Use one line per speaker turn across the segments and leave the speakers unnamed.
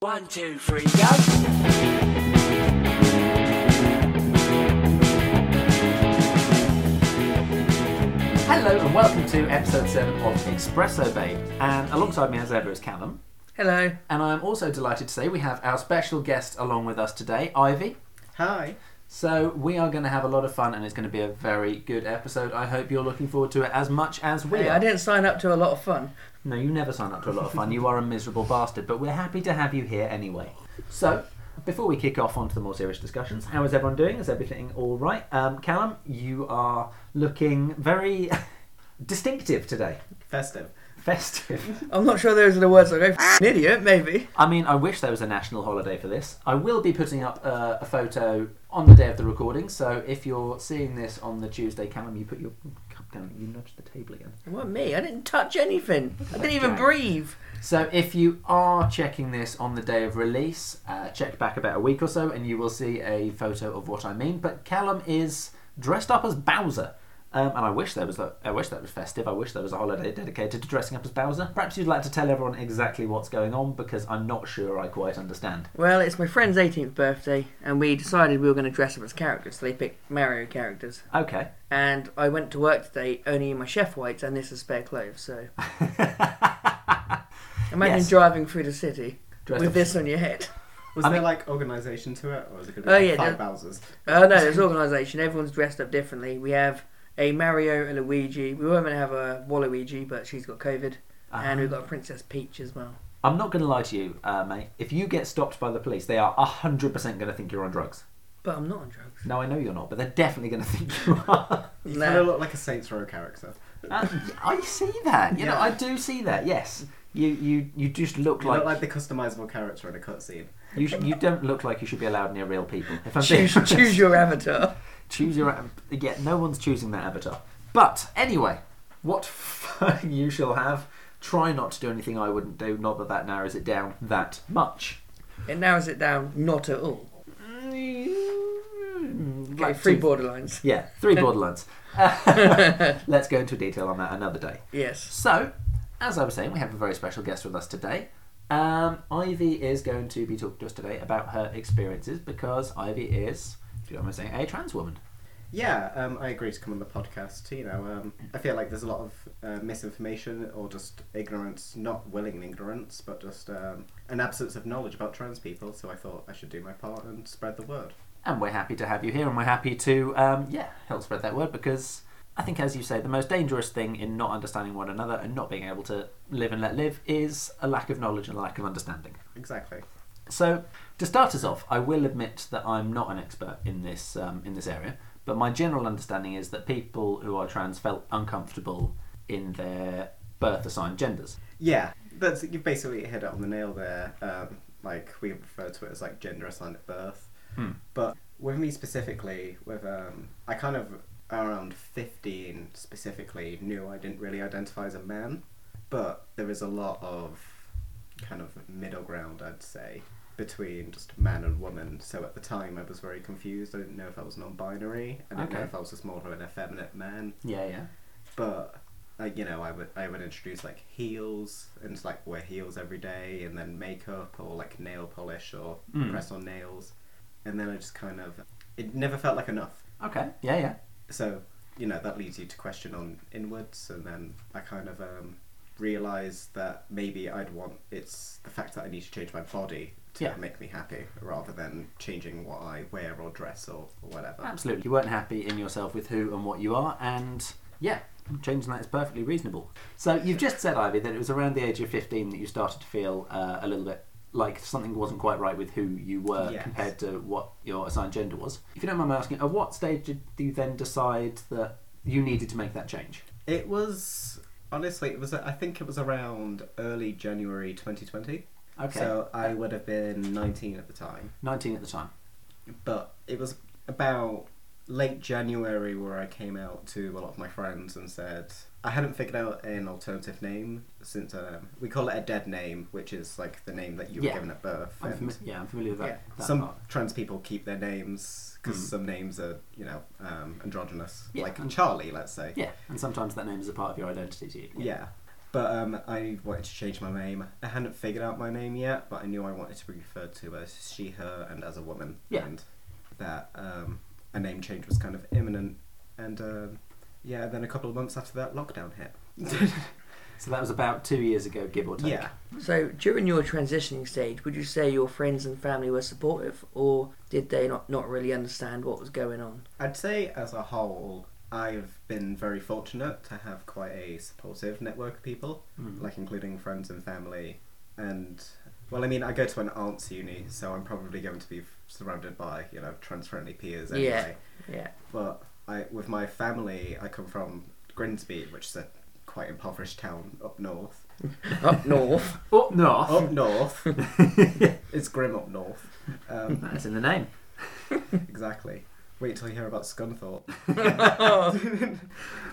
One, two, three, go.
Hello and welcome to episode 7 of Espresso Babe. And alongside me as ever is Callum.
Hello.
And I'm also delighted to say we have our special guest along with us today, Ivy.
Hi.
So we are going to have a lot of fun and it's going to be a very good episode. I hope you're looking forward to it as much as we
Hey,
are.
I didn't sign up to a lot of fun.
No, you never sign up to a lot of fun. You are a miserable bastard, but we're happy to have you here anyway. So, before we kick off onto the more serious discussions, how is everyone doing? Is everything all right? Um, Callum, you are looking very distinctive today.
Festive.
Festive.
I'm not sure those are the words I go. An idiot, maybe.
I mean, I wish there was a national holiday for this. I will be putting up uh, a photo on the day of the recording, so if you're seeing this on the Tuesday, Callum, you put your cup down, you nudged the table again.
It wasn't me. I didn't touch anything. I didn't even
Okay.
breathe.
So if you are checking this on the day of release, uh, check back about a week or so, and you will see a photo of what I mean. But Callum is dressed up as Bowser, um, and I wish there was a, I wish that was festive. I wish there was a holiday dedicated to dressing up as Bowser. Perhaps you'd like to tell everyone exactly what's going on because I'm not sure I quite understand.
Well, it's my friend's 18th birthday, and we decided we were going to dress up as characters. So they picked Mario characters.
Okay.
And I went to work today only in my chef whites, and this is spare clothes. So imagine
Yes.
driving through the city
Dressed
with
up-
this on your head.
Was
I
there
mean-
like organisation to it, or was it going to
Oh,
be like
yeah,
five Bowser's?
Oh no, there's organisation. Everyone's dressed up differently. We have a Mario, a Luigi. We were going to have a Waluigi, but she's got COVID, and we've got a Princess Peach as well.
I'm not going to lie to you, uh, mate. If you get stopped by the police, they are 100% going to think you're on drugs.
But I'm not on drugs.
No, I know you're not, but they're definitely going to think you are.
You
Nah.
kind of look like a Saints Row character.
Uh, I see that. You know,
Yeah.
I do see that. Yes, you you you just look
You
like,
look like the customisable character in a cutscene.
you sh- you don't look like you should be allowed near real people. If I'm being
Choose,
honest.
choose your avatar.
choose your av- yeah. No one's choosing that avatar. But anyway, what fun you shall have. Try not to do anything I wouldn't do. Not that that narrows it down that much.
It narrows it down. Not at all.
Mm,
Like
like
three
two-
borderlines.
Yeah, three borderlands. Let's go into detail on that another day.
Yes.
So, as I was saying, we have a very special guest with us today. Um, Ivy is going to be talking to us today about her experiences because Ivy is, if you don't mind saying, a trans woman.
Yeah, um, I agree to come on the podcast. You know, um, I feel like there's a lot of uh, misinformation or just ignorance, not willing ignorance, but just um, an absence of knowledge about trans people. So I thought I should do my part and spread the word.
And we're happy to have you here and we're happy to, um, yeah, help spread that word because I think, as you say, the most dangerous thing in not understanding one another and not being able to live and let live is a lack of knowledge and a lack of understanding.
Exactly.
So, to start us off, I will admit that I'm not an expert in this um, in this area, but my general understanding is that people who are trans felt uncomfortable in their birth assigned genders.
Yeah, that's you basically hit it on the nail there. Um, like we refer to it as like gender assigned at birth,
Hmm.
but with me specifically, with um, I kind of around fifteen specifically knew I didn't really identify as a man, but there is a lot of kind of middle ground I'd say between just man and woman. So at the time I was very confused. I didn't know if I was non-binary. I didn't
Okay.
know if I was just more of an effeminate man
Yeah, yeah.
but like you know, I would I would introduce like heels and it's like wear heels every day, and then makeup or like nail polish or
Mm.
press on nails, and then I just kind of it never felt like enough.
Okay. Yeah, yeah.
So you know that leads you to question on inwards, and then I kind of um, realized that maybe I'd want it's the fact that I need to change my body to
Yeah.
make me happy rather than changing what I wear or dress or, or whatever.
Absolutely. You weren't happy in yourself with who and what you are, and yeah, changing that is perfectly reasonable. So, you've just said, Ivy, that it was around the age of 15 that you started to feel uh, a little bit like something wasn't quite right with who you were
Yes.
compared to what your assigned gender was. If you don't mind my asking, at what stage did you then decide that you needed to make that change?
It was honestly, it was. I think it was around early January 2020.
Okay.
So I would have been 19 at the time,
19 at the time.
but it was about late January where I came out to a lot of my friends and said I hadn't figured out an alternative name since um, we call it a dead name, which is like the name that you
Yeah.
were given at birth.
I'm
and-
fami- yeah, I'm familiar with that.
Yeah.
that
some
part.
trans people keep their names because
Mm.
some names are, you know, um, androgynous,
Yeah,
like
and-
Charlie, let's say.
Yeah, and sometimes that name is a part of your identity to you.
Yeah. But um, I wanted to change my name. I hadn't figured out my name yet, but I knew I wanted to be referred to as she, her, and as a woman.
Yeah.
And that um, a name change was kind of imminent. And um yeah, then a couple of months after that, lockdown hit.
So that was about two years ago, give or take.
yeah.
So during your transitioning stage, would you say your friends and family were supportive, or did they not, not really understand what was going on?
I'd say as a whole, I've been very fortunate to have quite a supportive network of people,
Mm.
like including friends and family. And well, I mean, I go to an arts uni, so I'm probably going to be surrounded by you know trans-friendly peers
Yeah.
anyway.
Yeah.
But I, with my family, I come from Grimsby, which is a quite impoverished town up north.
Up north.
Up north.
Up north, it's grim up north. Um,
That's in the name.
exactly. Wait till you hear about Scunthorpe.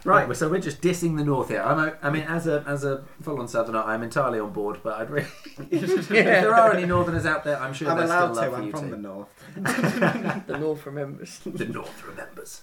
Right, well, so we're just dissing the North here. I'm, a, I mean, as a as a full-on Southerner, I'm entirely on board. But I'd really, if there are any Northerners out there, I'm sure
I'm
there's
allowed
still
to.
love for
I'm
you
from
too.
the north.
the north remembers.
the North remembers.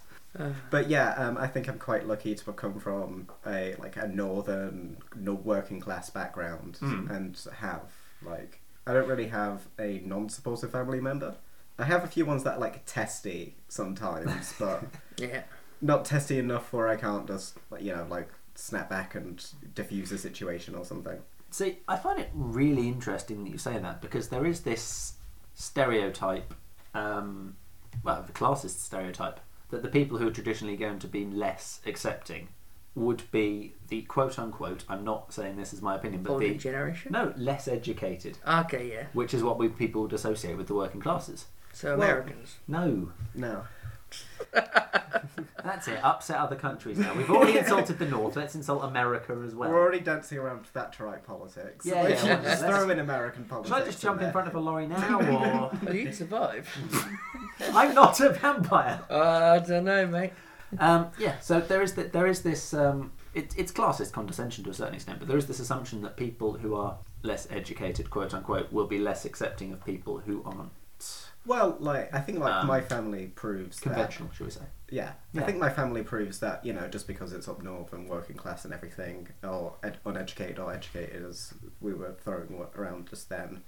But yeah, um, I think I'm quite lucky to have come from a like a northern no- working class background
Hmm.
and have like I don't really have a non-supportive family member. I have a few ones that are like testy sometimes, but
Yeah.
not testy enough where I can't just like, you know like snap back and diffuse the situation or something.
See, I find it really interesting that you say that because there is this stereotype, um, well, the classist stereotype, that the people who are traditionally going to be less accepting would be the quote unquote, I'm not saying this is my opinion, but
Older
the.
generation.
No, less educated,
Okay. Yeah.
which is what we people would associate with the working classes.
So
Well-
Americans.
No,
No,
that's it. Upset other countries now. We've already insulted the North. Let's insult America as well.
we're already dancing around Thatcherite politics.
Yeah,
Like,
yeah,
just
let's-
throw in American politics.
Should I just jump in
there.
front of a lorry now, or
Well, you'd survive.
I'm not a vampire?
Uh, I don't know, mate.
um, yeah, so there is th- there is this um, it, it's classist condescension to a certain extent, but there is this assumption that people who are less educated, quote unquote, will be less accepting of people who aren't
Well, like I think like
Um,
my family proves that
conventional, shall we say?
Yeah.
Yeah.
I think my family proves that, you know, just because it's up north and working class and everything, or ed- uneducated or educated as we were throwing wa- around just then,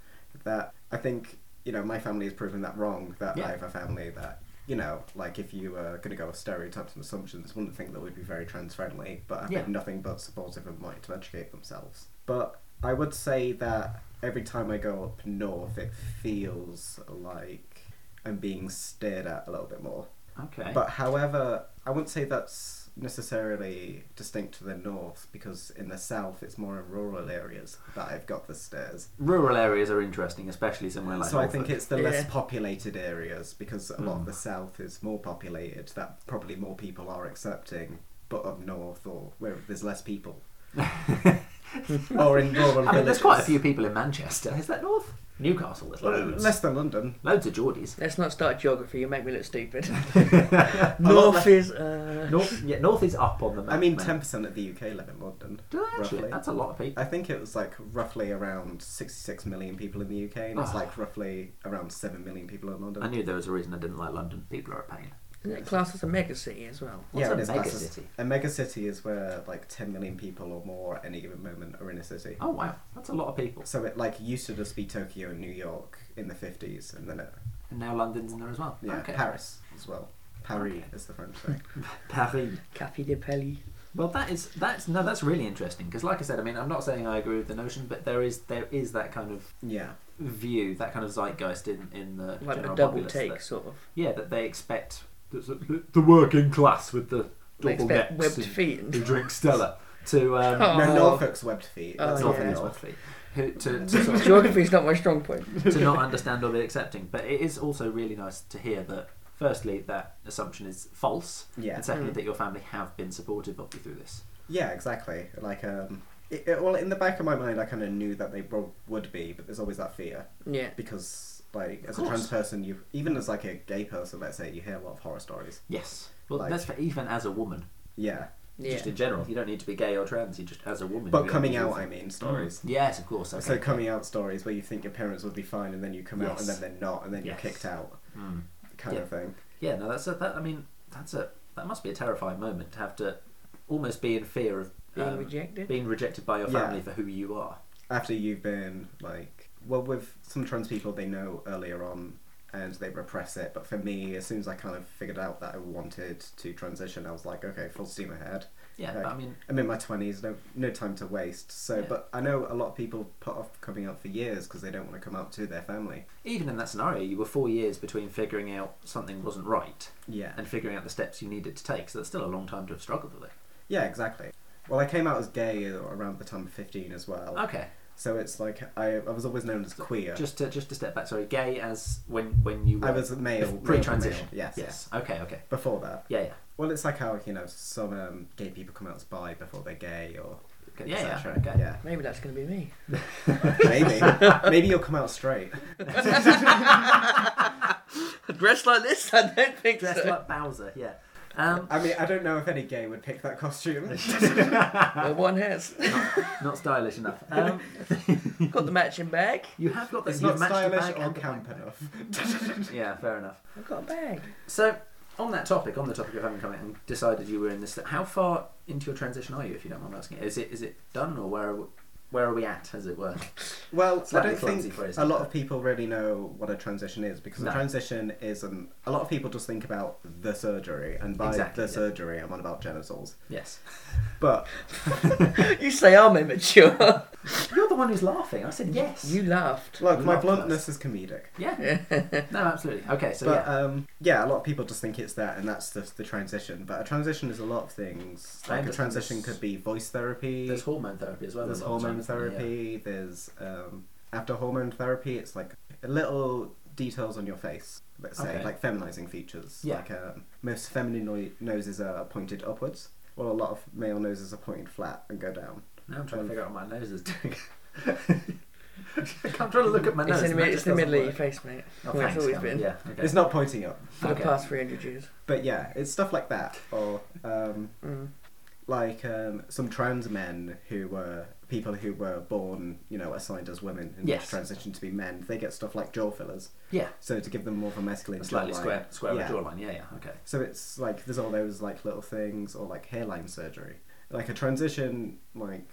that I think, you know, my family has proven that wrong, that
Yeah.
I have a family that, you know, like if you were going to go with stereotypes and assumptions, wouldn't think that we'd be very trans friendly, but I've
Yeah.
been nothing but supportive and wanting to educate themselves. But I would say that every time I go up north, it feels like I'm being stared at a little bit more.
Okay.
But however, I wouldn't say that's necessarily distinct to the north because in the south it's more in rural areas that I've got the stairs.
Rural areas are interesting, especially somewhere like
so I think
Norfolk.
it's the less
Yeah.
populated areas because a lot
Hmm.
of the south is more populated that probably more people are accepting, but up north or where there's less people or in rural
I mean, there's quite a few
villages.
people in Manchester. Is that north? Newcastle, there's
Well,
loads.
less than London.
Loads of Geordies.
Let's not start geography. You make me look stupid.
lot
north
less-
is. Uh...
North, yeah, north is up on the map.
I mean,
man.
ten percent of the UK live in London.
Do they actually?
roughly.
That's a lot of people.
I think it was like roughly around 66 million people in the UK, and it's
Ah.
like roughly around 7 million people in London.
I knew there was a reason I didn't like London. People are a pain.
Isn't it classed as a mega city as well?
What's a
it is
mega
classed as-
city?
A mega city is where like 10 million people or more at any given moment are in a city.
Oh wow, that's a lot of people.
So it like used to just be Tokyo and New York in the 50s, and then it,
And now London's in there as well.
yeah,
okay.
Paris as well. Paris is the French thing.
Paris.
Cafe de Pelly.
Well, that is that's no, that's really interesting because, like I said, I mean, I'm not saying I agree with the notion, but there is there is that kind of
yeah.
view, that kind of zeitgeist in in the
Like
general
a double
populace
take,
that-
sort of.
yeah, that they expect the, the- the working class with the
They
double
expect
necks
webbed
and
feet and-
who drink Stella to um,
Oh.
No, Norfolk's webbed feet.
Oh,
That's
yeah.
North
not the
and
North.
North feet, who to, to sort of
Geography's not my strong point.
to not understand or be accepting. But it is also really nice to hear that, firstly, that assumption is false,
Yeah.
and secondly,
Mm.
that your family have been supportive of you through this.
Yeah, exactly. Like, um, it, it- well, in the back of my mind, I kind of knew that they prob- would be, but there's always that fear.
Yeah.
because like as a
course.
trans person you even as like a gay person let's say you hear a lot of horror stories
Yes. Well,
Like-
that's for even as a woman,
yeah
Yeah.
just in general. You don't need to be gay or trans. You just as a woman.
but
you
coming
don't
out
need
i
to-
mean stories
Yes, of course.
so
Mm. Okay.
coming out stories where you think your parents would be fine and then you come out and
Yes.
then they're not and then
Yes.
you're kicked out
Mm.
kind
Yeah.
of thing
Yeah. No, that's a, that. I mean, that's a that must be a terrifying moment to have to almost be in fear of
being
um,
rejected.
being rejected by your
Yeah.
family for who you are.
after you've been like well with some trans people they know earlier on and they repress it but for me as soon as i kind of figured out that i wanted to transition i was like okay full steam ahead
Yeah,
Like,
but I mean,
i'm in my 20s no no time to waste so
Yeah.
but i know a lot of people put off coming out for years because they don't want to come out to their family
even in that scenario, you were four years between figuring out something wasn't right
yeah
and figuring out the steps you needed to take. So that's still a long time to have struggled with it.
yeah exactly well i came out as gay around the time of 15 as well
Okay,
so it's like i, I was always known as queer
just to just to step back. Sorry, gay as when when you were
i was a male male to
pre-transition.
male, yes
Yes. Okay. Okay.
before that
Yeah. Yeah.
Well, it's like how you know some um, gay people come out as bi before they're gay, or
Okay, yeah, yeah,
etc.
okay.
yeah.
Maybe that's going to be me.
Maybe, maybe you'll come out straight.
Dressed like this, I don't think
Dressed
so.
like Bowser. Yeah. Um,
I mean, I don't know if any gay would pick that costume.
Well, one has
not stylish enough. Um,
got the matching bag.
you have got the
It's
you've
not
matched the
stylish
bag
or
and the
camp
backpack.
enough.
Yeah, fair enough.
I've got a bag.
So, on that topic, on the topic of having come out and decided you were in this, how far into your transition are you, if you don't mind asking? Is it is it done, or where are we, where are we at, as it were?
Well, I
Slightly
don't
clumsy
think
phrasing,
a lot
but-
of people really know what a transition is because
No.
a transition isn't. A lot of people just think about the surgery, and by
Exactly,
the
yeah.
surgery, I'm on about genitals.
Yes,
But
You say I'm immature.
you're the one who's laughing. I said yes.
you laughed.
look, my
Not
bluntness is comedic.
yeah. No, absolutely. Okay, so
but
yeah,
um, yeah, a lot of people just think it's that, and that's just the transition. But a transition is a lot of things.
I
Like a
understand
transition
there's-
could be voice therapy.
there's hormone therapy as well.
there's
a lot of
hormone
times,
therapy. There's um, after hormone therapy, it's like little details on your face. Let's say
Okay.
like feminizing features.
Yeah.
Like um, most feminine no- noses are pointed upwards. Well, a lot of male noses are pointed flat and go down.
Yeah. Now I'm trying to
Um,
figure out what my nose is doing. I'm trying to look at my nose.
it's in
and
the,
that
mid-
just
it's the
doesn't
middle of your
work.
face, mate.
Oh,
Well,
thanks,
it's always
Cameron.
been.
Yeah, okay.
It's not pointing up.
For
Okay.
the past 300 years.
But yeah, it's stuff like that. Or um,
Mm.
like um, some trans men who were people who were born, you know, assigned as women and
Yes.
transitioned to be men. They get stuff like jaw fillers.
Yeah.
So to give them more of a masculine
A slightly
jawline.
square, square
yeah.
jawline. Yeah, yeah. Okay.
So it's like there's all those like little things or like hairline surgery. Like a transition, like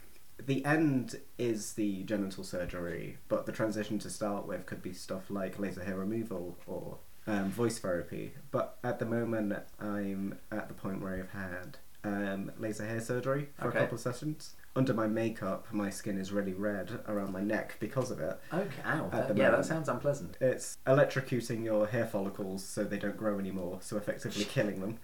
the end is the genital surgery, but the transition to start with could be stuff like laser hair removal or um, voice therapy. But at the moment, I'm at the point where I've had um, laser hair surgery for
Okay.
a couple of sessions. Under my makeup, my skin is really red around my neck because of it.
Okay. Ow,
At
that-
the
yeah, that
moment.
sounds unpleasant.
It's electrocuting your hair follicles so they don't grow anymore, so effectively killing them.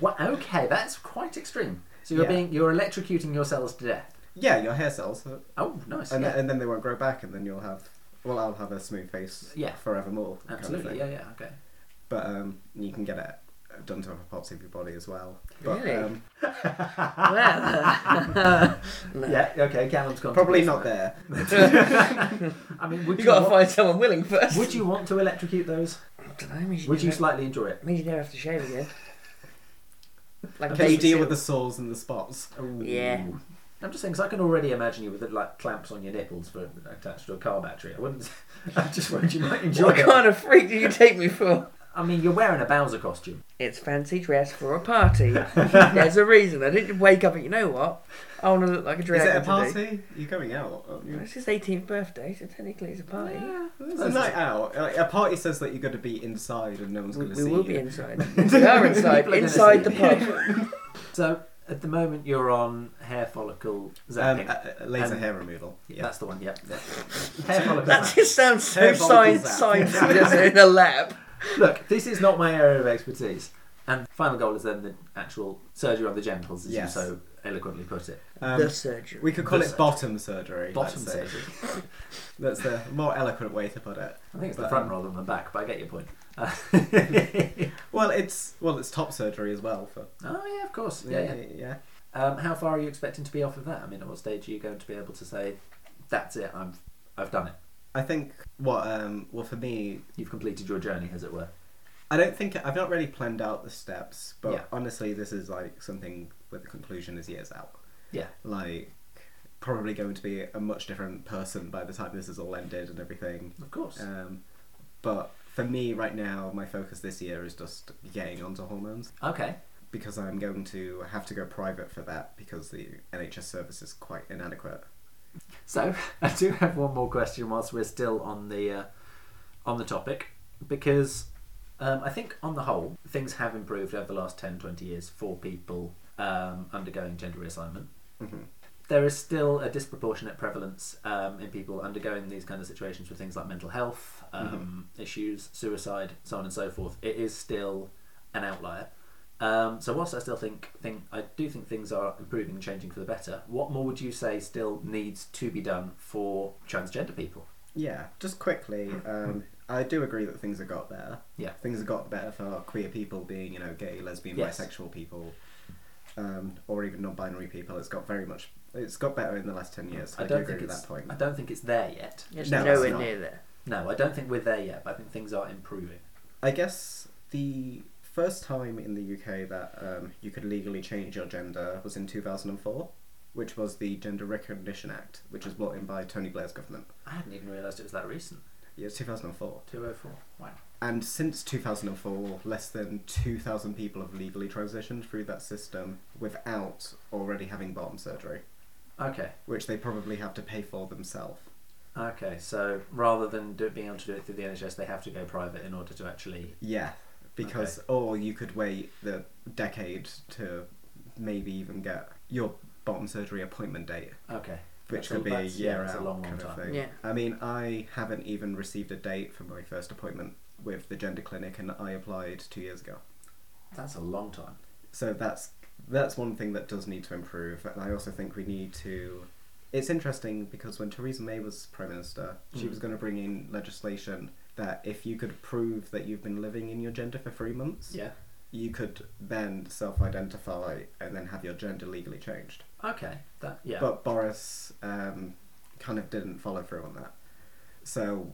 What? Okay, that's quite extreme. So you're
Yeah.
being you're electrocuting yourselves to death.
Yeah, your hair cells. uh,
Oh, nice.
and,
yeah.
and then they won't grow back, and then you'll have, well, I'll have a smooth face
Yeah.
forevermore. kind of
Absolutely.
thing.
Yeah. Yeah. Okay.
But um, you can get it done to a parts of your body as well. But,
Really?
Um,
Well, no.
Yeah. Okay. Callum's gone. to
probably
bed
not
for that.
there.
I mean, would
you
you,
got to
want,
find someone willing first.
would you want to electrocute those?
Dunno, means
Would you
never-
slightly enjoy it?
means you never have to shave again. Like
Can you
just
deal
to-
with the sores and the spots?
Yeah.
I'm just saying because I can already imagine you with uh, like clamps on your nipples for attached to a car battery. I wouldn't. I just worried you might enjoy
What
it.
kind of freak do you take me for?
I mean, you're wearing a Bowser costume.
It's fancy dress for a party. There's a reason. I didn't wake up and you know what? I want to look like a
Is
dragon.
it a
today.
party? You're going out. aren't you?
It's his 18th birthday, so technically it's a party.
It's a night out. Like, a party says that you're going to be inside and no one's
We,
going to
we
see
will
you. Um,
be inside. we are inside.
People are gonna
inside
see
the pub.
So at the moment you're on hair follicle
Um,
zapping.
uh, uh, laser
Um,
hair removal. Yeah.
That's the one. Yeah. hair follicle.
That
zapping.
just sounds so
Hair
science,
follicles out.
sciencey, doesn't it? In a lab.
Look, this is not my area of expertise. And the final goal is then the actual surgery on the genitals, as
Yes.
you so eloquently put it.
Um,
the surgery.
we could call
the
it
surgery.
bottom surgery.
Bottom
let's say.
surgery.
That's the more eloquent way to put it.
I think it's the
But,
front
um,
rather than the back, but I get your point. Uh,
Well, it's well, it's top surgery as well for
oh yeah, of course. Yeah,
yeah,
yeah.
yeah. yeah.
Um, how far are you expecting to be off of that? I mean, at what stage are you going to be able to say, "That's it, I'm, I've done it.
I think what um well for me,
You've completed your journey, as it were."
I don't think I've not really planned out the steps, but
Yeah.
honestly, this is like something where the conclusion is years out.
Yeah.
Like probably going to be a much different person by the time this is all ended and everything.
Of course.
Um, but for me right now, my focus this year is just getting onto hormones.
okay.
because I'm going to have to go private for that because the NHS service is quite inadequate.
So I do have one more question whilst we're still on the uh, on the topic because um, I think on the whole things have improved over the last 10, 20 years for people um, undergoing gender reassignment.
Mhm.
There is still a disproportionate prevalence um, in people undergoing these kind of situations with things like mental health um, issues, suicide, so on and so forth. It is still an outlier. Um, so whilst I still think, think I do think things are improving and changing for the better, what more would you say still needs to be done for transgender people?
Yeah, just quickly, um, I do agree that things have got better.
Yeah.
Things have got better for queer people being, you know, gay, lesbian,
Yes.
bisexual people, um, or even non-binary people. It's got very much. It's got better in the last ten years. So I,
I don't
do agree
think
with
it's
that point.
I don't think it's there yet.
It's
No, it's
nowhere
not.
near there.
No, I don't think we're there yet, but I think things are improving.
I guess the first time in the UK that um, you could legally change your gender was in 2004, which was the Gender Recognition Act, which was brought in by Tony Blair's government.
I hadn't even realised it was that recent.
Yeah, it's 2004.
204. Wow.
And since 2004, less than 2,000 people have legally transitioned through that system without already having bottom surgery,
Okay.
which they probably have to pay for themselves.
Okay. So rather than do, being able to do it through the NHS, they have to go private in order to actually.
Yeah, because or you could wait the decade to maybe even get your bottom surgery appointment date.
Okay. That's
which could
a-
be a
that's-
year
that's
out
a long, long
kind
time.
of thing.
Yeah.
I mean, I haven't even received a date for my first appointment with the gender clinic, and I applied two years ago.
That's a long time.
So that's that's one thing that does need to improve, and I also think we need to. It's interesting because when Theresa May was prime minister, she
Mm.
was going to bring in legislation that if you could prove that you've been living in your gender for three months,
Yeah.
you could then self-identify and then have your gender legally changed.
Okay. That. Yeah.
But Boris um, kind of didn't follow through on that. So,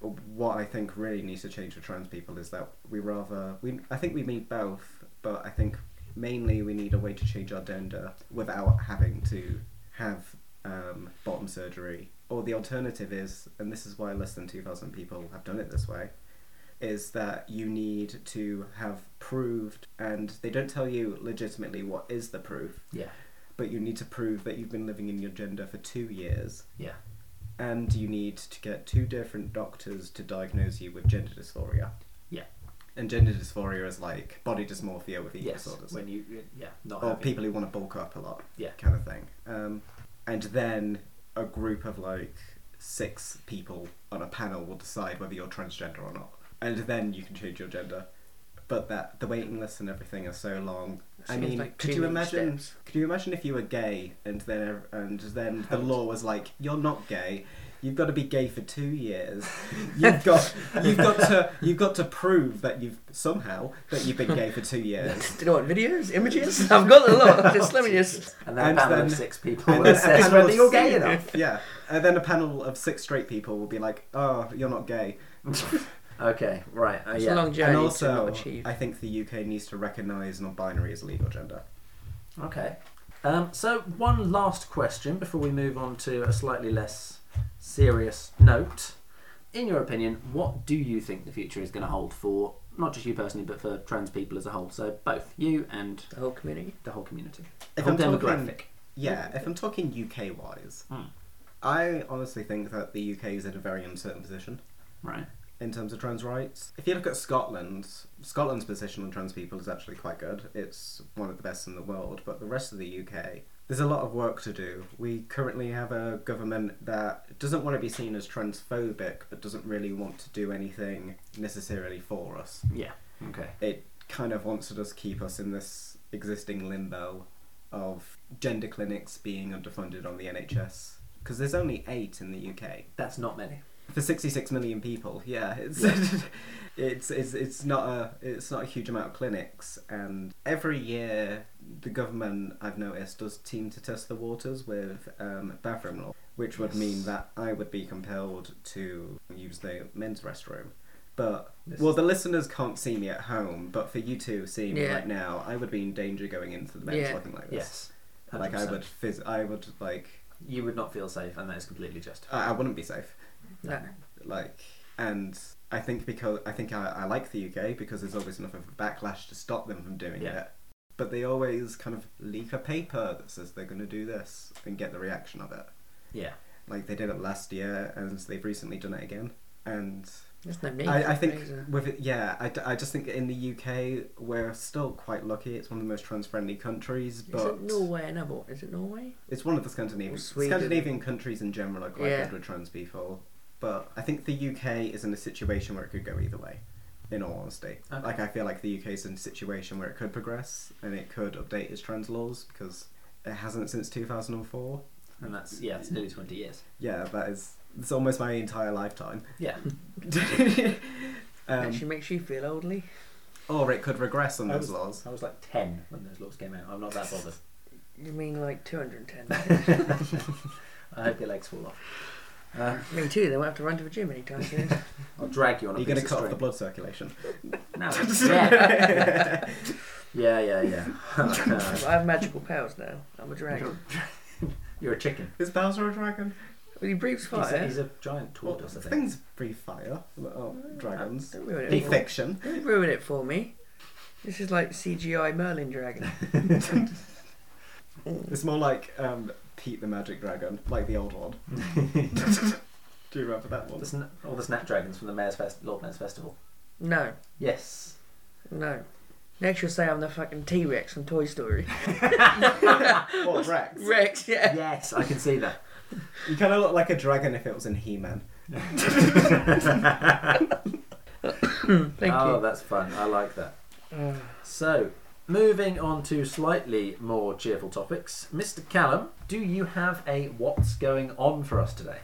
what I think really needs to change for trans people is that we rather we I think we need both, but I think mainly we need a way to change our gender without having to have um, bottom surgery. Or the alternative is, and this is why less than two thousand people have done it this way, is that you need to have proved, and they don't tell you legitimately what is the proof
yeah.
but you need to prove that you've been living in your gender for two years,
Yeah.
and you need to get two different doctors to diagnose you with gender dysphoria.
Yeah.
And gender dysphoria is like body dysmorphia with eating
Yes.
disorders,
When you. Yeah. Not.
or
having-
people who want to bulk up a lot,
Yeah.
kind of thing. Um, and then a group of like six people on a panel will decide whether you're transgender or not, and then you can change your gender. But that the waiting lists and everything are so long. I
Seems
mean,
like
could
too
you
many
imagine?
steps.
Could you imagine if you were gay and then ev- and then the law was like, you're not gay. You've got to be gay for two years. You've got you've got to you've got to prove that you've somehow that you've been gay for two years.
Do you know what videos, images? I've got a lot. Just let me just.
And then
and
a panel
then-
of six people
and
will
then a
assess
panel of
whether you're gay
six-
enough.
Yeah, and then a panel of six straight people will be like, "Oh, you're not gay."
Okay. Right. Uh,
It's
yeah.
a long journey
and
to not
also,
achieve.
I think the UK needs to recognise non-binary as a legal gender.
Okay. Um, so one last question before we move on to a slightly less serious note. In your opinion, what do you think the future is going to hold for not just you personally, but for trans people as a whole? So both you and
the whole community.
the whole community, the
If
whole
I'm
demographic.
talking, yeah, if I'm talking UK wise,
Mm. Hmm.
I honestly think that the UK is in a very uncertain position
Right.
in terms of trans rights. If you look at Scotland, Scotland's position on trans people is actually quite good. It's one of the best in the world, but the rest of the UK, there's a lot of work to do. We currently have a government that doesn't want to be seen as transphobic, but doesn't really want to do anything necessarily for us.
Yeah. Okay.
It kind of wants to just keep us in this existing limbo of gender clinics being underfunded on the NHS. Because there's only eight in the UK
That's not many.
for 66 million people yeah it's it's it's it's not a it's not a huge amount of clinics and every year the government i've noticed does seem to test the waters with um, bathroom law which would
Yes.
mean that i would be compelled to use the men's restroom but
This
well
is-
the listeners can't see me at home but for you two seeing me
Yeah.
right now i would be in danger going into the men's
Yeah.
looking like this
Yes.
like i
100%.
would phys- i would like
You would not feel safe, and that is completely just.
i, I wouldn't be safe
No.
like and I think because I think I, I like the UK because there's always enough of a backlash to stop them from doing
Yeah.
it. but they always kind of leak a paper that says they're going to do this and get the reaction of it.
Yeah.
Like they did it last year, and they've recently done it again. And
There's no need.
I, I
for
think
it, is there?
with it, yeah, I, d- I just think in the UK we're still quite lucky. It's one of the most trans-friendly countries,
Is
but
it Norway and other? Is it Norway?
it's one of the Scandinavian
Or Sweden.
Scandinavian countries in general are quite
Yeah.
good with trans people. But I think the UK is in a situation where it could go either way. In all honesty,
Okay.
like I feel like the UK is in a situation where it could progress and it could update its trans laws because it hasn't since two thousand and four.
And that's yeah, it's nearly twenty years.
Yeah, that is it's almost my entire lifetime.
Yeah.
um,
Actually makes you feel elderly.
or it could regress on
I
those laws.
I was like ten when those laws came out. I'm not that bothered.
You mean like 210?
I hope your legs fall off. Uh,
Me too. They won't have to run to the gym anytime soon.
I'll drag you on
Are
a
you
piece
going to
of
cut off the
string.
blood circulation?
No. Yeah. yeah, yeah, yeah.
I have magical powers now. I'm a dragon.
You're a chicken.
Is Bowser a dragon?
Well, he breathes
He's a,
fire.
he's a giant
Well,
tortoise, I think. Uh,
things breathe fire. Oh, dragons.
Don't ruin it.
Deep
for-
fiction.
Don't ruin it for me. This is like CGI Merlin dragon.
It's more like um, Pete the Magic Dragon, like the old one. Do you remember that one?
The sna- all the snapdragons from the Mayor's Fest- Lord Mayor's Festival.
No,
Yes.
no. Next you'll say I'm the fucking T Rex from Toy Story.
What, Rex?
Rex, yeah.
Yes, I can see that.
You kind of look like a dragon if it was in He-Man.
Thank
oh,
you.
that's fun. I like that.
Oh.
So, moving on to slightly more cheerful topics. Mr. Callum, do you have a what's going on for us today?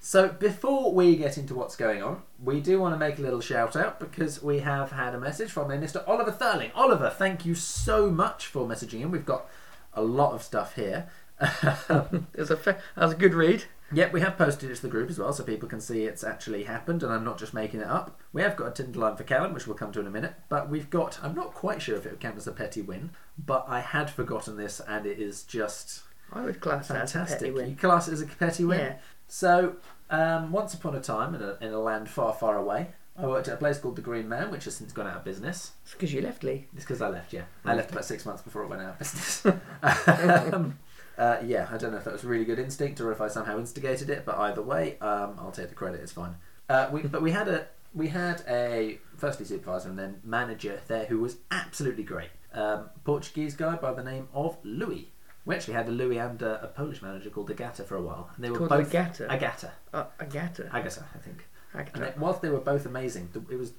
So, before we get into what's going on, we do want to make a little shout out because we have had a message from a Mr. Oliver Thurling. Oliver, thank you so much for messaging in. We've got a lot of stuff here. Um,
It was a fa- that was a good read.
Yep, we have posted it to the group as well, so people can see it's actually happened, and I'm not just making it up. We have got a Tinder line for Callum, which we'll come to in a minute, but we've got, I'm not quite sure if it counts as a petty win, but I had forgotten this, and it is just
I would class that as a
fantastic.
petty
You
win.
class it as a petty win.
Yeah.
So, um, once upon a time, in a, in a land far, far away, I worked at a place called The Green Man, which has since gone out of business.
It's because you left Lee.
It's because I left, yeah. I left about six months before it went out of business. um, uh, yeah, I don't know if that was really good instinct or if I somehow instigated it, but either way, um, I'll take the credit. It's fine. Uh, we, but we had a we had a firstly supervisor and then manager there who was absolutely great. Um, Portuguese guy by the name of Louis. We actually had a Louis and a, a Polish manager called Agata for a while, and they were
Called
both
Agata?
Agata,
Oh, Agata.
Agata, I think. And
Agata.
it, whilst they were both amazing, th- it was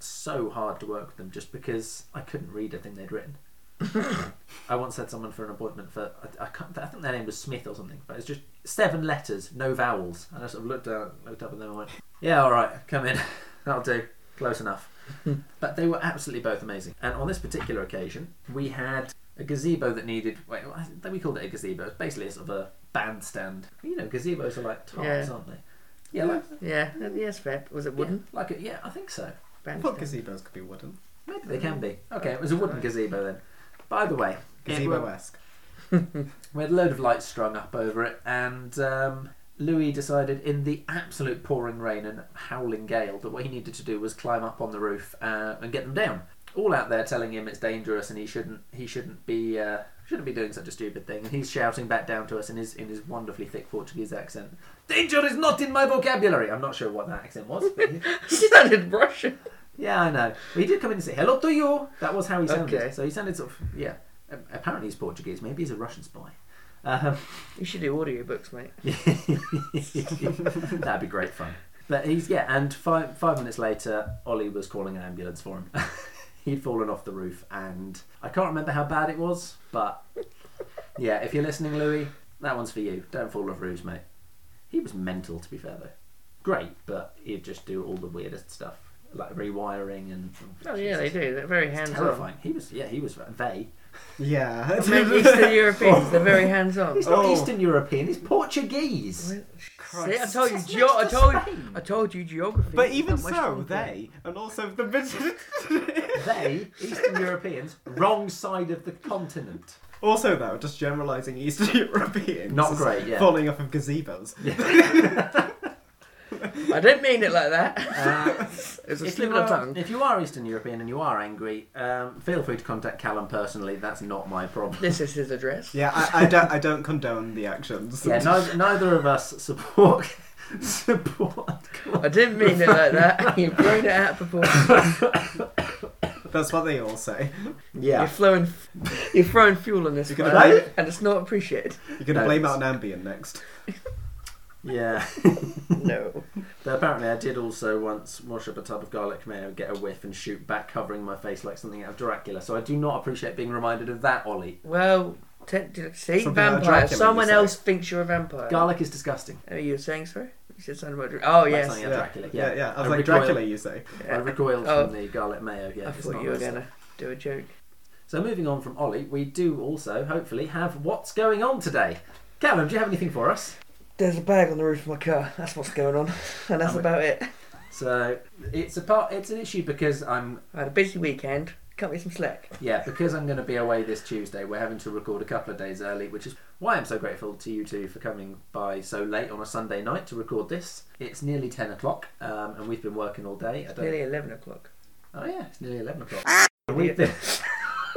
so hard to work with them just because I couldn't read a thing they'd written. I once had someone for an appointment for I, I, can't, I think their name was Smith or something, but it's just seven letters, no vowels. And I sort of looked down, looked up at them and went, "Yeah, all right, come in, that'll do, close enough." but they were absolutely both amazing. And on this particular occasion, we had a gazebo that needed. Wait, I think we called it a gazebo. It's basically a sort of a bandstand. You know, gazebos are like tarps,
Yeah.
aren't they? Yeah, like
Yeah, that- yes, fair. Was it wooden?
yeah, like a, yeah, I think so.
I
Bandstand.
thought gazebos could be wooden.
Maybe they can be. Okay, it was a wooden gazebo then. By the way, it were-
Gazebo-esque.
we had a load of lights strung up over it, and um, Louis decided in the absolute pouring rain and howling gale that what he needed to do was climb up on the roof uh, and get them down. All out there telling him it's dangerous and he shouldn't he shouldn't be uh, shouldn't be doing such a stupid thing. And he's shouting back down to us in his in his wonderfully thick Portuguese accent. Danger is not in my vocabulary. I'm not sure what that accent was, but he-
sounded Russian.
Yeah, I know. But he did come in and say hello to you. That was how he sounded.
Okay.
So he sounded sort of yeah. Um, Apparently he's Portuguese. Maybe he's a Russian spy. Um,
You should do audiobooks, mate.
that'd be great fun. But he's yeah. And five five minutes later, Ollie was calling an ambulance for him. He'd fallen off the roof, and I can't remember how bad it was, but yeah. If you're listening, Louis, that one's for you. Don't fall off roofs, mate. He was mental, to be fair though. Great, but he'd just do all the weirdest stuff, like rewiring and.
Oh yeah, they do. They're very hands on.
Terrifying. He was, yeah, he was. They.
Yeah.
Maybe Eastern Europeans. They're very hands on.
He's not
Oh.
Eastern European. He's Portuguese.
See, I told you,
That's
geo- I
next to
told you,
Spain.
I told you geography.
But
is
even
not much
so,
fun.
they and also the mid-
They, Eastern Europeans, wrong side of the continent.
also though, just generalising Eastern Europeans.
Not
as
great, yeah.
Falling off of gazebos.
I didn't mean it like that.
Uh,
it's a
If you,
slip of the
are,
tongue.
if you are Eastern European and you are angry, um, feel free to contact Callum personally. That's not my problem.
This is his address.
Yeah, I, I don't. I don't condone the actions.
Yeah, neither, neither of us support support.
I didn't mean it like that. You've blown it out of proportion.
That's what they all say.
You're flowing, you're throwing fuel on this
You're gonna
fire,
blame it?
and it's not appreciated.
You're gonna
No,
blame
it's-
out an Ambien next.
yeah.
No.
Though apparently, I did also once wash up a tub of garlic mayo, get a whiff, and shoot back, covering my face like something out of Dracula. So I do not appreciate being reminded of that, Ollie.
Well, te- d- see,
Something like
vampire.
Dracula, you
Someone
say.
else thinks you're a vampire.
Garlic is disgusting.
Oh, you were saying sorry? You said something about. Dra- Oh
Like
yes.
something Yeah, Dracula, yeah.
Yeah, yeah. I was
I
like
recoil.
Dracula. You say.
I recoiled
Oh.
from the garlic mayo. Yeah,
I
it's
thought
not
you were
nice.
gonna do a joke.
So moving on from Ollie, we do also hopefully have what's going on today. Callum, do you have anything for us?
There's a bag on the roof of my car. That's what's going on, and that's
Oh,
about it.
So it's a part. It's an issue because I'm
I had a busy weekend. Cut me some slack.
yeah because I'm going to be away this Tuesday. We're having to record a couple of days early, which is why I'm so grateful to you two for coming by so late on a Sunday night to record this. It's nearly ten o'clock, um, and we've been working all day. I
It's
don't-
nearly eleven o'clock.
Oh yeah, it's nearly eleven o'clock. and we've been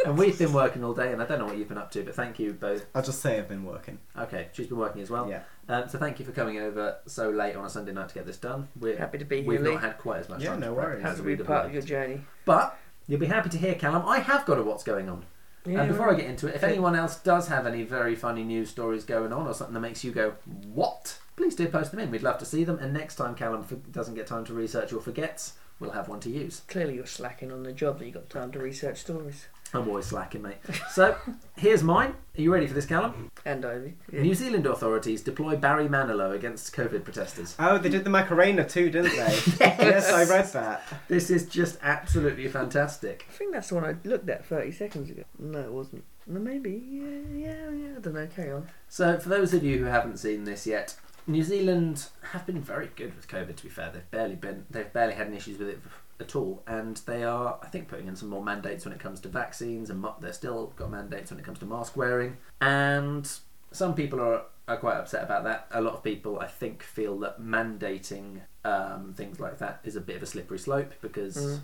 and we've been working all day, and I don't know what you've been up to, but thank you both.
I'll just say I've been working.
Okay, she's been working as well.
Yeah.
Um, so thank you for coming over so late on a Sunday night to get this done. We're
Happy to be here,
We've
Lee.
not had quite as much
Yeah,
time
no
to prep
worries.
as
Happy to
we'd
be
have
part of your
liked.
journey.
But you'll be happy to hear, Callum, I have got a what's going on. and before I get into it, if
Okay.
anyone else does have any very funny news stories going on or something that makes you go, what? Please do post them in. We'd love to see them. And next time Callum for- doesn't get time to research or forgets, we'll have one to use.
Clearly, you're slacking on the job that you got time to research stories.
I'm always slacking, mate. So here's mine. Are you ready for this, Callum?
And Ivy.
New Zealand authorities deploy Barry Manilow against COVID protesters.
Oh, they did the Macarena too, didn't they? yes. I read that.
This is just absolutely fantastic.
I think that's the one I looked at 30 seconds ago. No, it wasn't. No, maybe. Yeah, yeah, yeah. I don't know. Carry on.
So, for those of you who haven't seen this yet, New Zealand have been very good with COVID. To be fair, they've barely been they've barely had any issues with it at all, and they are I think putting in some more mandates when it comes to vaccines, and mo- they're still got mandates when it comes to mask wearing, and some people are. Are quite upset about that. A lot of people, I think, feel that mandating um, things like that is a bit of a slippery slope because
Mm.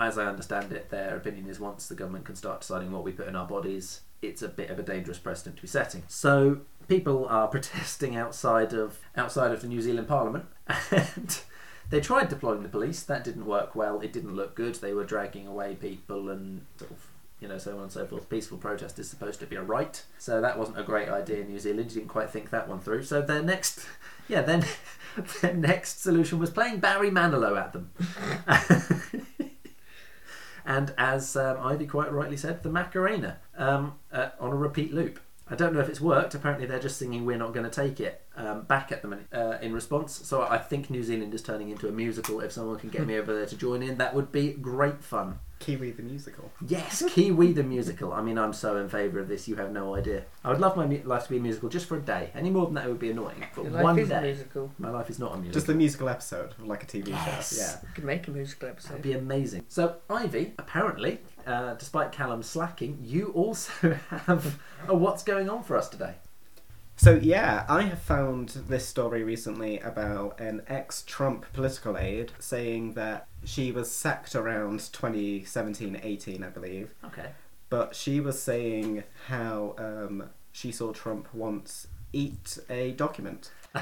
as I understand it, their opinion is once the government can start deciding what we put in our bodies, it's a bit of a dangerous precedent to be setting. So people are protesting outside of outside of the New Zealand Parliament, and they tried deploying the police. That didn't work well. It didn't look good. They were dragging away people and sort of. You know, so on and so forth. Peaceful protest is supposed to be a right, so that wasn't a great idea in New Zealand. You didn't quite think that one through. So their next, yeah, then their next solution was playing Barry Manilow at them. and as um, Ivy quite rightly said, the Macarena um, uh, on a repeat loop. I don't know if it's worked. Apparently, they're just singing "We're Not Going to Take It" um, back at them in, uh, in response. So I think New Zealand is turning into a musical. If someone can get me over there to join in, that would be great fun.
Kiwi the musical.
Yes, Kiwi the musical. I mean, I'm so in favour of this. You have no idea. I would love my mu- life to be a musical just for a day. Any more than that, it would be annoying. But
Your life
one
is a
day,
musical.
my life is not a musical.
Just the musical episode of like a TV
Yes.
show. Yeah.
You could make a musical
That'd
episode.
be amazing. So, Ivy, apparently, uh, despite Callum slacking, you also have a what's going on for us today.
So yeah, I have found this story recently about an ex-Trump political aide saying that she was sacked around 2017-18, I believe.
Okay.
But she was saying how um, she saw Trump once eat a document.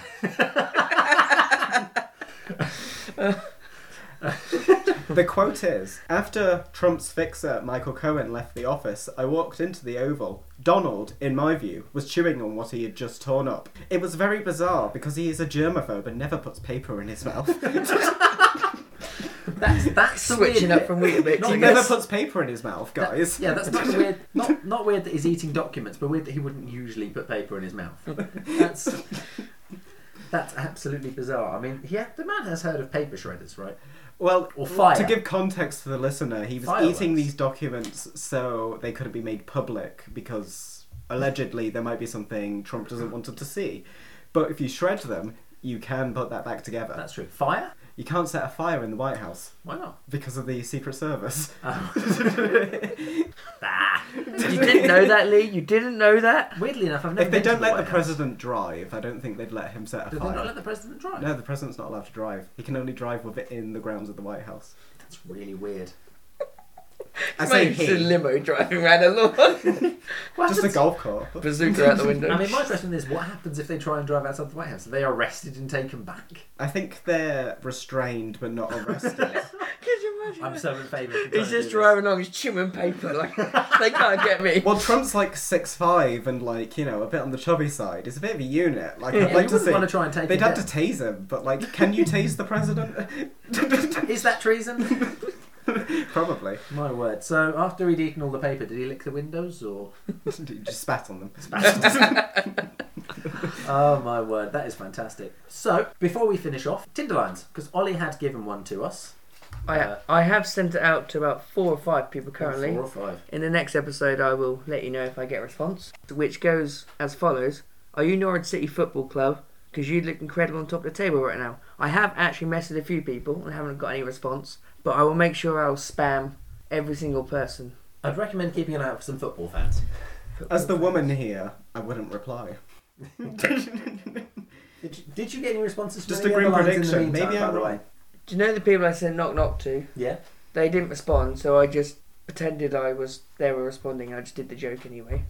the quote is After Trump's fixer, Michael Cohen, left the office, I walked into the Oval. Donald, in my view, was chewing on what he had just torn up. It was very bizarre because he is a germaphobe and never puts paper in his mouth.
That's that's the weird
Switching up
bit.
from Weetabix.
Not
he
I
never
guess.
puts paper in his mouth,
That-
guys.
yeah, that's not weird. Not not weird that he's eating documents, but weird that he wouldn't usually put paper in his mouth. That's that's absolutely bizarre. I mean, yeah, the man has heard of paper shredders, right?
Well,
Or fire.
to give context to the listener, he was
Fireworks.
eating these documents so they couldn't be made public because allegedly there might be something Trump doesn't want him to see. But if you shred them, you can put that back together.
That's true. Fire?
You can't set a fire in the White House
Why not?
because of the Secret Service.
Oh. Ah.
you didn't know that, Lee. You didn't know that.
Weirdly enough, I've never.
If they
been to
don't let the
White House.
president drive, I don't think they'd let him set a
Did they
fire.
not let the president drive?
No, the president's not allowed to drive. He can only drive within the grounds of the White House.
That's really weird.
I say
Mate, it's a
he.
limo driving around a lawn.
Just a golf cart.
Bazooka out the window.
I mean, my question is, what happens if they try and drive outside the White House? Are they arrested and taken back?
I think they're restrained but not arrested.
Could you imagine?
I'm so in favour. of trying
He's
to
just
do
driving along, he's chewing paper. Like, they can't get me.
well, Trump's like six five and like you know a bit on the chubby side. He's a bit of a unit. Like
this.
I'd
Yeah,
like
you
to
wouldn't
see.
want to try and take.
They'd
him
have to tase him, but like, can you tase the president?
down. Is that treason?
Probably.
my word. So after he'd eaten all the paper, did he lick the windows or?
Just spat on them.
Oh my word, that is fantastic. So before we finish off, Tinder lines because Ollie had given one to us.
I, I have sent it out to about four or five people currently.
four or five.
In the next episode, I will let you know if I get a response, which goes as follows Are you Norwich City Football Club? Because you look incredible on top of the table right now. I have actually messaged a few people and haven't got any response, but I will make sure I'll spam every single person.
I'd recommend keeping an eye out for some football fans.
As the woman here, I wouldn't reply.
Did you, did you get any responses? From
Just
any
a grim
other lines in the
prediction.
meantime,
Maybe
by
I'm
the way?
wrong.
Do you know the people I said knock knock to?
Yeah.
They didn't respond, so I just pretended I was they were responding. I just did the joke anyway.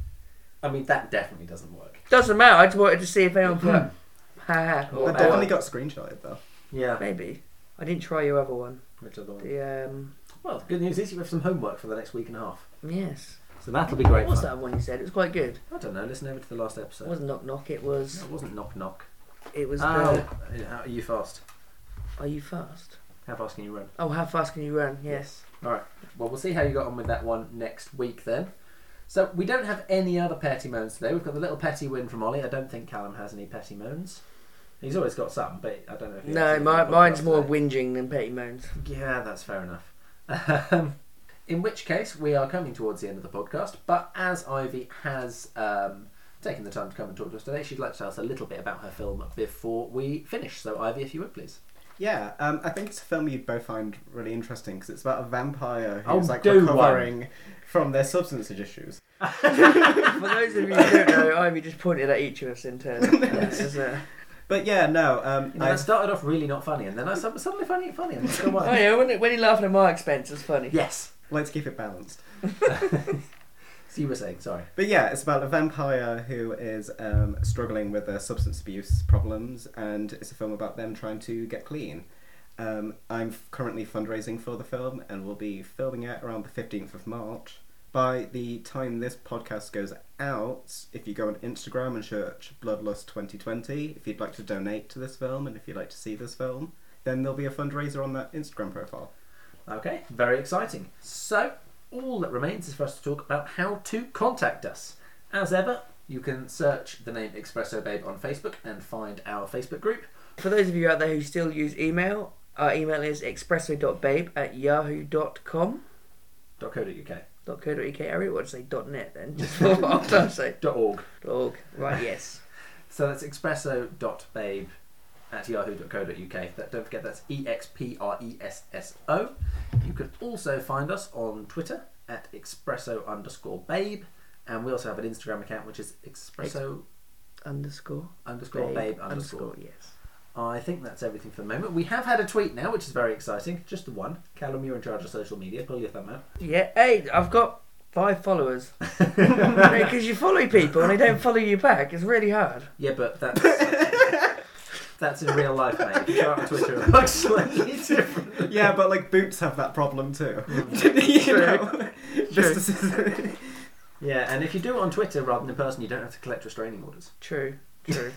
I mean, that definitely doesn't work.
Doesn't matter. I just wanted to see if anyone put ha ha.
I
Or,
definitely
uh,
got screenshotted though.
Yeah.
maybe. I didn't try your other one.
Which other one?
The um
Well, good news is you have some homework for the next week and a half.
yes.
So that'll be great.
What was
fun.
that one you said? It was quite good.
I don't know. Listen over to the last episode.
It wasn't knock knock. It was
No, it wasn't knock knock.
it was.
Oh, how are you fast?
The, are you fast?
How fast can you run?
Oh, how fast can you run? Yes.
All right. Well, we'll see how you got on with that one next week then. So we don't have any other petty moans today. We've got the little petty win from Ollie. I don't think Callum has any petty moans. He's always got some, but I don't know. If he has
No,
any
my,
on the
mine's
podcast
more
today.
whinging than petty moans.
Yeah, that's fair enough. Um, in which case, we are coming towards the end of the podcast, but as Ivy has um, taken the time to come and talk to us today, she'd like to tell us a little bit about her film before we finish. So, Ivy, if you would, please.
Yeah, um, I think it's a film you'd both find really interesting because it's about a vampire
Oh,
who's like
do
recovering from their substance issues.
For those of you who don't know, Ivy just pointed at each of us in turn. This is, uh,
But yeah, no, um,
You know,
I-
I started off really not funny, and then I sud- suddenly finding it funny. And that's good
oh
why.
yeah, when, when you're laughing at my expense, it's funny.
Yes.
let's keep it balanced.
So you were saying, sorry.
But yeah, it's about a vampire who is um, struggling with their substance abuse problems, and it's a film about them trying to get clean. Um, I'm f- currently fundraising for the film, and we'll be filming it around the 15th of March. By the time this podcast goes out, if you go on Instagram and search Bloodlust 2020, if you'd like to donate to this film and if you'd like to see this film, then there'll be a fundraiser on that Instagram profile.
Okay, very exciting. So, all that remains is for us to talk about how to contact us. As ever, you can search the name Expresso Babe on Facebook and find our Facebook group.
For those of you out there who still use email, our email is expresso.babe at yahoo.com.
.co.uk.
.co.uk, I really want to say .net then, just for what I was saying.
.org.
.org, right, yes.
So that's expresso.babe at yahoo.co.uk. That, don't forget that's E X P R E S S O. You can also find us on Twitter at expresso underscore babe. And we also have an Instagram account which is expresso
Underscore.
underscore babe, underscore.
yes.
I think that's everything for the moment. We have had a tweet now, which is very exciting. Just the one. Callum, you're in charge of social media. Pull your thumb out.
Yeah, hey, I've got five followers. Because you follow people and they don't follow you back. It's really hard.
Yeah, but that's that's in real life, mate. If you go out on Twitter, it looks slightly different.
yeah, but like boots have that problem too.
True.
you know? Businesses-
Yeah, and if you do it on Twitter rather than in person, you don't have to collect restraining orders.
True, true.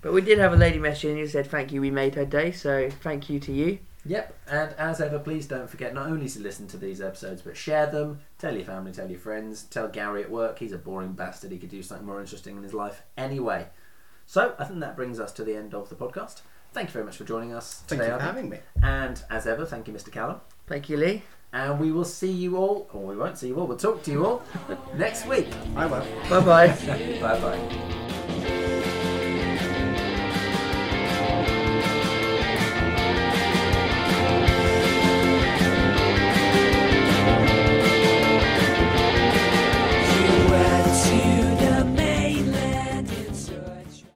but we did have a lady message in who said, thank you, we made her day, so thank you to you.
Yep, and as ever, please don't forget not only to listen to these episodes, but share them. Tell your family, tell your friends, tell Gary at work. He's a boring bastard. He could do something more interesting in his life anyway. So I think that brings us to the end of the podcast. Thank you very much for joining us
Thank
today,
you for
Arthur.
having me.
And as ever, thank you, Mr. Callum.
Thank you, Lee.
And we will see you all, or we won't see you all, we'll talk to you all next week.
I will.
Bye-bye.
Bye bye.